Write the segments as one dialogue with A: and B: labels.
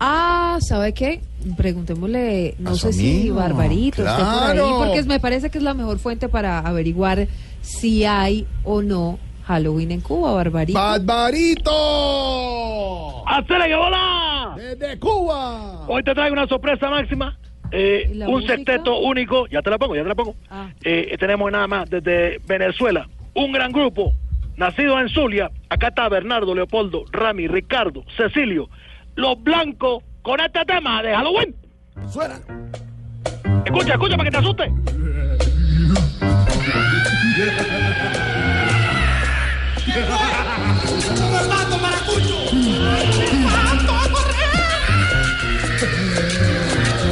A: Ah, ¿sabe qué? Preguntémosle,
B: A
A: no
B: su
A: sé si
B: amigo,
A: Barbarito está por ahí,
B: claro.
A: porque me parece que es la mejor fuente para averiguar si hay o no Halloween en Cuba, Barbarito.
B: ¡Barbarito!
C: ¡Hacele que bola!
B: ¡Desde Cuba!
C: Hoy te traigo una sorpresa máxima. eh,
A: ¿Y la
C: un
A: música?
C: sexteto único. Ya te la pongo, ya te la pongo.
A: Ah.
C: Eh, tenemos nada más desde Venezuela. Un gran grupo. Nacido en Zulia. Acá está Bernardo, Leopoldo, Rami, Ricardo, Cecilio. Los blancos con este tema de Halloween.
B: Suena.
C: Escucha, escucha para que te asustes.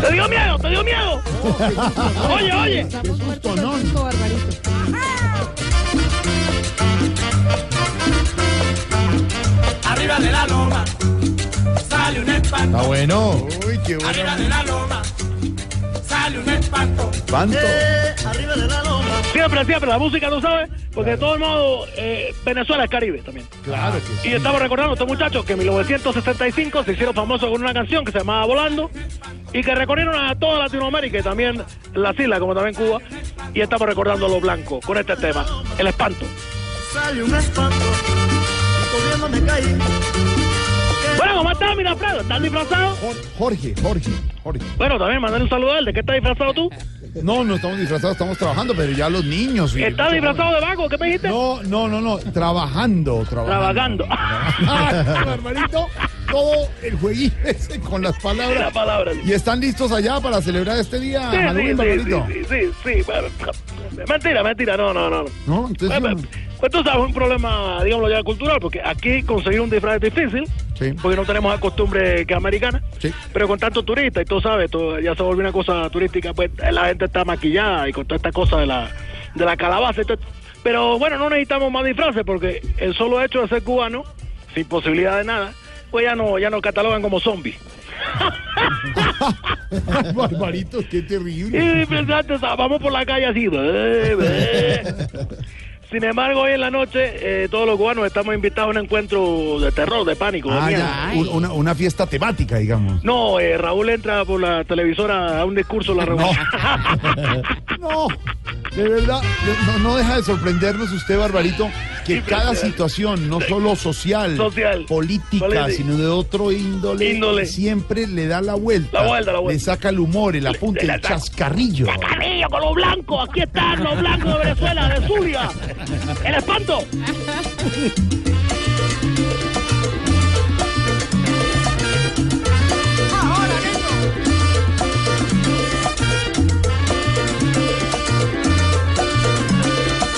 C: ¡Te dio miedo! ¡Te dio miedo! Oye, oye.
A: Estamos muertos de susto, Barbarito.
D: Arriba de la loma sale un espanto.
B: Está bueno. Uy, qué
D: Arriba de la loma sale un espanto.
B: Espanto.
C: Siempre, siempre. La música, ¿tú sabes? Porque de todo modo, eh, Venezuela es Caribe también.
B: Claro que sí.
C: Y estamos recordando a estos muchachos que en 1965 se hicieron famosos con una canción que se llamaba Volando y que recorrieron a toda Latinoamérica y también las islas, como también Cuba. Y estamos recordando a los blancos con este tema, El Espanto.
E: Sale un espanto, corriendo me caí.
C: Bueno, ¿cómo estás, Miraflores? ¿Estás disfrazado?
B: Jor- Jorge, Jorge, Jorge.
C: Bueno, también mandale un saludo a él. ¿De qué estás disfrazado tú?
B: No, no estamos disfrazados, estamos trabajando, pero ya los niños. y-
C: ¿Estás disfrazado de vago? ¿Qué me dijiste?
B: No, no, no, no. Trabajando,
C: Trabajando.
B: trabajando. Trabajando, hermanito. Todo el jueguito ese con las
C: La
B: palabras.
C: palabra.
B: ¿Y están listos allá para celebrar este día, Halloween, Barbarito?
C: sí, sí, sí, bueno, Mentira, mentira, no, no, no. no.
B: No, entonces.
C: Bueno,
B: no.
C: pues tú sabes, un problema, digámoslo ya, cultural, porque aquí conseguir un disfraz es difícil,
B: Sí.
C: porque no tenemos la costumbre que es americana,
B: Sí.
C: pero con tanto turista, y tú sabes, todo ya se volvió una cosa turística, pues eh, la gente está maquillada y con toda esta cosa de la, de la calabaza. y todo esto. pero bueno, no necesitamos más disfraces, porque el solo hecho de ser cubano, sin posibilidad de nada, pues ya no, ya nos catalogan como zombies.
B: Ay, Barbarito, qué
C: Y
B: terrible.
C: impresionante, o sea, vamos por la calle así. bleh, bleh. Sin embargo, hoy en la noche, eh, todos los cubanos estamos invitados a un encuentro de terror, de pánico. de
B: Ah,
C: miedo.
B: ya, un- una, una fiesta temática, digamos.
C: No, eh, Raúl entra por la televisora a un discurso en la reunión.
B: No, de verdad, de- no, no deja de sorprendernos usted, Barbarito, que cada situación, no solo social,
C: Social.
B: política,
C: Política.
B: sino de otro índole,
C: Índole.
B: siempre le da la vuelta.
C: La vuelta, la vuelta.
B: Le saca el humor, el apunte,
C: le
B: el
C: saca.
B: chascarrillo.
C: ¡Carrillo con los blancos! ¡Aquí están los blancos de Venezuela, de Zulia! ¡El espanto!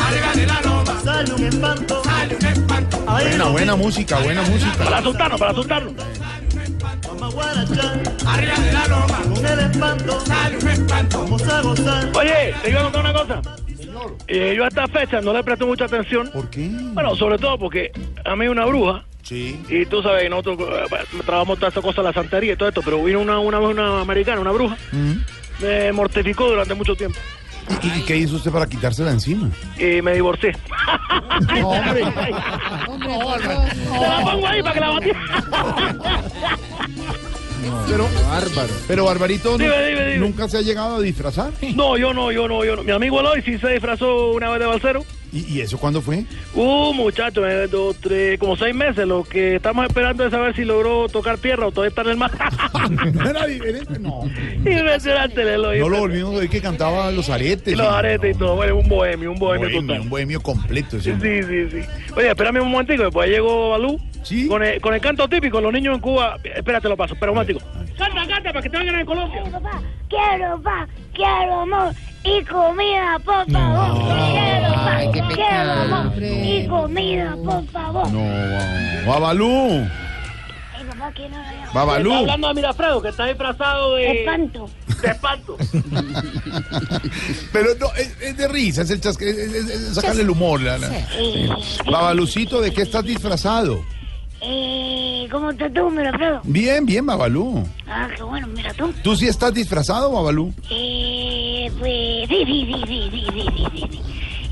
D: Arriba de la loma
E: Sale un espanto,
D: sale un espanto.
E: ahí
B: Buena, buena música, buena música.
C: Para asustarnos, para asustarnos.
E: vamos a guarachar.
D: Arriba de la loma
E: Con el espanto,
D: sale un espanto.
E: vamos a gozar.
C: Oye, te iba a contar una cosa. Eh, yo a esta fecha no le presté mucha atención.
B: ¿Por qué?
C: Bueno, sobre todo porque a mí una bruja
B: Sí.
C: Y tú sabes, nosotros eh, trabajamos todas estas cosas, la santería y todo esto, pero vino una, una vez una americana, una bruja,
B: Mm.
C: me mortificó durante mucho tiempo
B: ¿Y, y qué hizo usted para quitársela encima?
C: y me divorcié.
B: No, hombre.
A: Hombre, por Dios.
C: Te la pongo ahí para que la batí.
B: Pero, bárbaro. Pero Barbarito
C: Dime,
B: nu-
C: dime, dime.
B: nunca se ha llegado a disfrazar.
C: No, yo no, yo no, yo no. Mi amigo Eloy sí se disfrazó una vez de balsero.
B: ¿Y, y eso cuándo fue?
C: Uh, muchacho, eh, dos, tres, como seis meses. Lo que estamos esperando es saber si logró tocar tierra o todavía está en el mar.
B: no era diferente, no.
C: Impresionante, el Eloy.
B: No lo volvimos a oír que cantaba los aretes.
C: Y los aretes y todo. Bueno, un bohemio, un bohemio,
B: Bohemio,
C: total.
B: un bohemio completo. ese hombre.
C: Sí, sí, sí. Oye, espérame un momentico, después llegó Balú.
B: Sí.
C: Con el, con el canto típico, los niños en Cuba. Espérate, lo paso, espera un momentico. Canta, canta, para que te vengan en Colombia.
F: Quiero paz, quiero paz, quiero amor y comida, por favor. Quiero paz, quiero amor y comida, por favor.
B: No, Babalú.
F: Ay, papá, aquí no lo veo.
C: Está
B: Babalú.
C: Pues, hablando a Mirafredo, que está disfrazado de...
F: Espanto.
C: De espanto.
B: Pero no, es, es de risa, es, el chasque- es- es- es sacarle el humor. la- la-
F: Eh,
B: Babalucito, ¿de qué estás disfrazado?
F: eh, ¿Cómo estás tú, mira, Alfredo?
B: Bien, bien, Babalú.
F: Ah, qué bueno, mira tú.
B: ¿Tú sí estás disfrazado, Babalú?
F: Eh, pues, sí, sí, sí, sí, sí, sí, sí, sí, sí.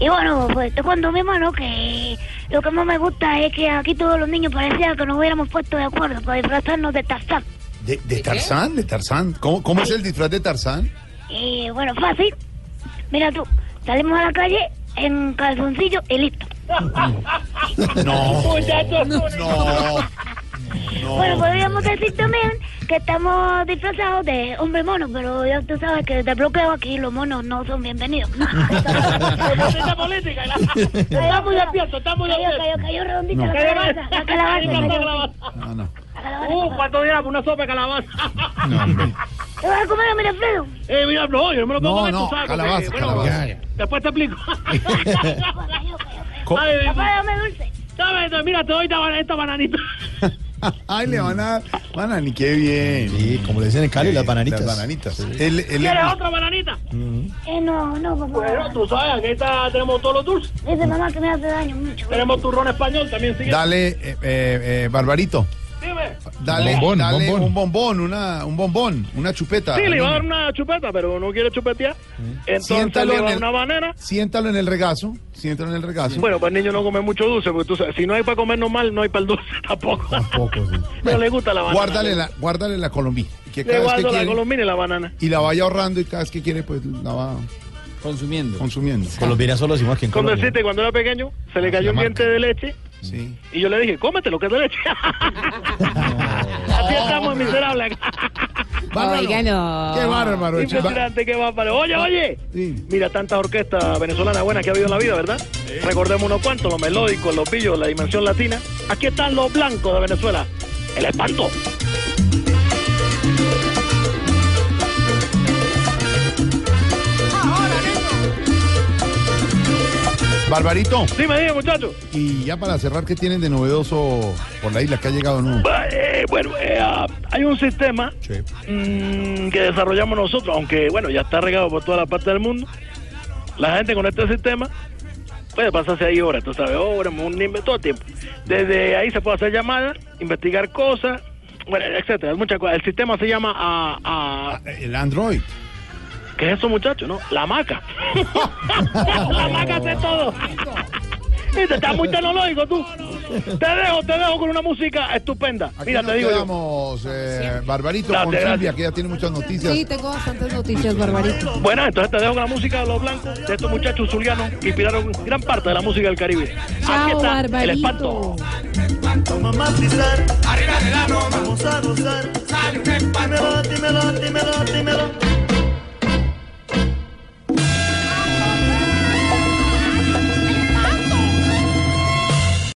F: Y bueno, pues te cuento, mi hermano, que lo que más me gusta es que aquí todos los niños parecía que nos hubiéramos puesto de acuerdo para disfrazarnos de Tarzán.
B: ¿De, de Tarzán? ¿De Tarzán? ¿Cómo, cómo es el disfraz de Tarzán?
F: Eh, bueno, fácil. Mira tú, salimos a la calle en calzoncillo y listo.
B: No,
C: Muchachos,
B: no.
F: Bueno,
C: pues.
F: podríamos decir también que estamos disfrazados de hombre mono, pero ya tú sabes que de bloqueo aquí los monos no son bienvenidos.
C: esta política. la- Estamos despiertos, estamos
F: Cayó,
C: despiertos.
F: cayó, cayó redondita la
C: Cayó
F: calabaza, la calabaza,
C: Cayó
F: cayó.
C: calabaza.
B: No, no.
F: La calabaza.
C: Uh, cuánto diéramos una sopa de calabaza.
B: No, hombre.
F: ¿Te vas a comer, mira, Alfredo?
C: Eh, mira, no, yo no me lo puedo
B: No,
C: comer,
B: no,
C: tú sabes, porque,
B: calabaza,
C: bueno,
B: calabaza.
C: Después te explico.
F: Cayó, cayó, cayó.
B: Co-
C: Ay,
F: Papá, dame dulce.
C: ¿sabes? Mira, te doy esta, ban- esta bananita.
B: Ay, le van a... Van ni qué bien.
G: Sí, como le dicen en Cali, las bananitas.
B: Las bananitas. El- el-
C: ¿Quieres otra bananita?
F: Eh, no, no, papá.
C: Bueno, tú sabes, aquí está, tenemos todos los dulces.
F: Dice mamá que me hace daño mucho.
C: Tenemos turrón español también, sigue.
B: Dale, eh, eh, eh, Barbarito.
C: Dime.
B: Dale,
G: Bombón,
B: dale
G: bombón.
B: un bombón, una, un bombón, una chupeta.
C: Sí,
B: al
C: le iba a dar
B: Ah, niño. Mm.
C: una chupeta, pero no quiere chupetear. Entonces
B: Siéntalo
C: le
B: en
C: va
B: el-
C: una banana.
B: Siéntalo en el regazo, siéntalo en el regazo.
C: Bueno, para el niño no come mucho dulce, porque tú sabes, si no hay para comer normal, no hay para el dulce tampoco.
G: Tampoco, sí.
C: Pero le gusta la banana.
B: guárdale, la, guárdale la colombina. Que
C: Le
B: cada vez que
C: guardo la
B: quiere,
C: colombina y la banana.
B: y la vaya ahorrando y cada vez que quiere, pues la va
G: Consumiendo.
B: consumiendo.
G: Colombina solo decimos aquí en
C: Con
G: Colombia.
C: decirte, cuando era pequeño, se le
B: la
C: cayó un
B: marca.
C: diente de leche
B: Sí.
C: y yo le dije, cómetelo, que es de leche. Así estamos miserables acá.
B: Bárbaro.
A: Oiga, no.
B: Qué bárbaro. chico.
C: Impresionante que va para. Oye, oye.
B: Sí.
C: Mira tantas orquestas venezolanas buenas que ha habido en la vida, ¿verdad? Recordemos unos cuantos, los melódicos, los pillos, la dimensión latina. Aquí están los blancos de Venezuela. El espanto.
B: Barbarito.
C: Dime, dime, muchachos.
B: Y ya para cerrar, ¿qué tienen de novedoso por la isla que ha llegado nuevo?
C: Eh, bueno, eh, ah, hay un sistema
G: Sí.
C: mm, que desarrollamos nosotros, aunque bueno, ya está regado por toda la parte del mundo. La gente con este sistema puede pasarse ahí horas, tú sabes, horas, un nivel, todo el tiempo. Desde ahí se puede hacer llamadas, investigar cosas, bueno, etcétera, muchas cosas. El sistema se llama a, a-
B: El Android.
C: ¿qué es eso, muchachos? No, la maca. la maca hace todo. Viste, Estás muy tecnológico tú. Te dejo, te dejo con una música estupenda.
B: Aquí
C: Mira,
B: nos
C: te digo yo.
B: quedamos, eh, Barbarito,
C: Date,
B: con
C: gracias.
B: Silvia, que ya tiene muchas noticias.
A: Sí, tengo bastantes noticias, Barbarito.
C: Bueno, entonces te dejo con la música de los blancos, de estos muchachos zulianos que inspiraron gran parte de la música del Caribe. Aquí
A: Chao,
C: está Ah, el
A: Barbarito.
C: espanto.
E: Vamos a matizar,
D: arriba de la loma,
E: vamos a gozar.
D: sale un espanto.
E: Dímelo, dímelo, dímelo, dímelo.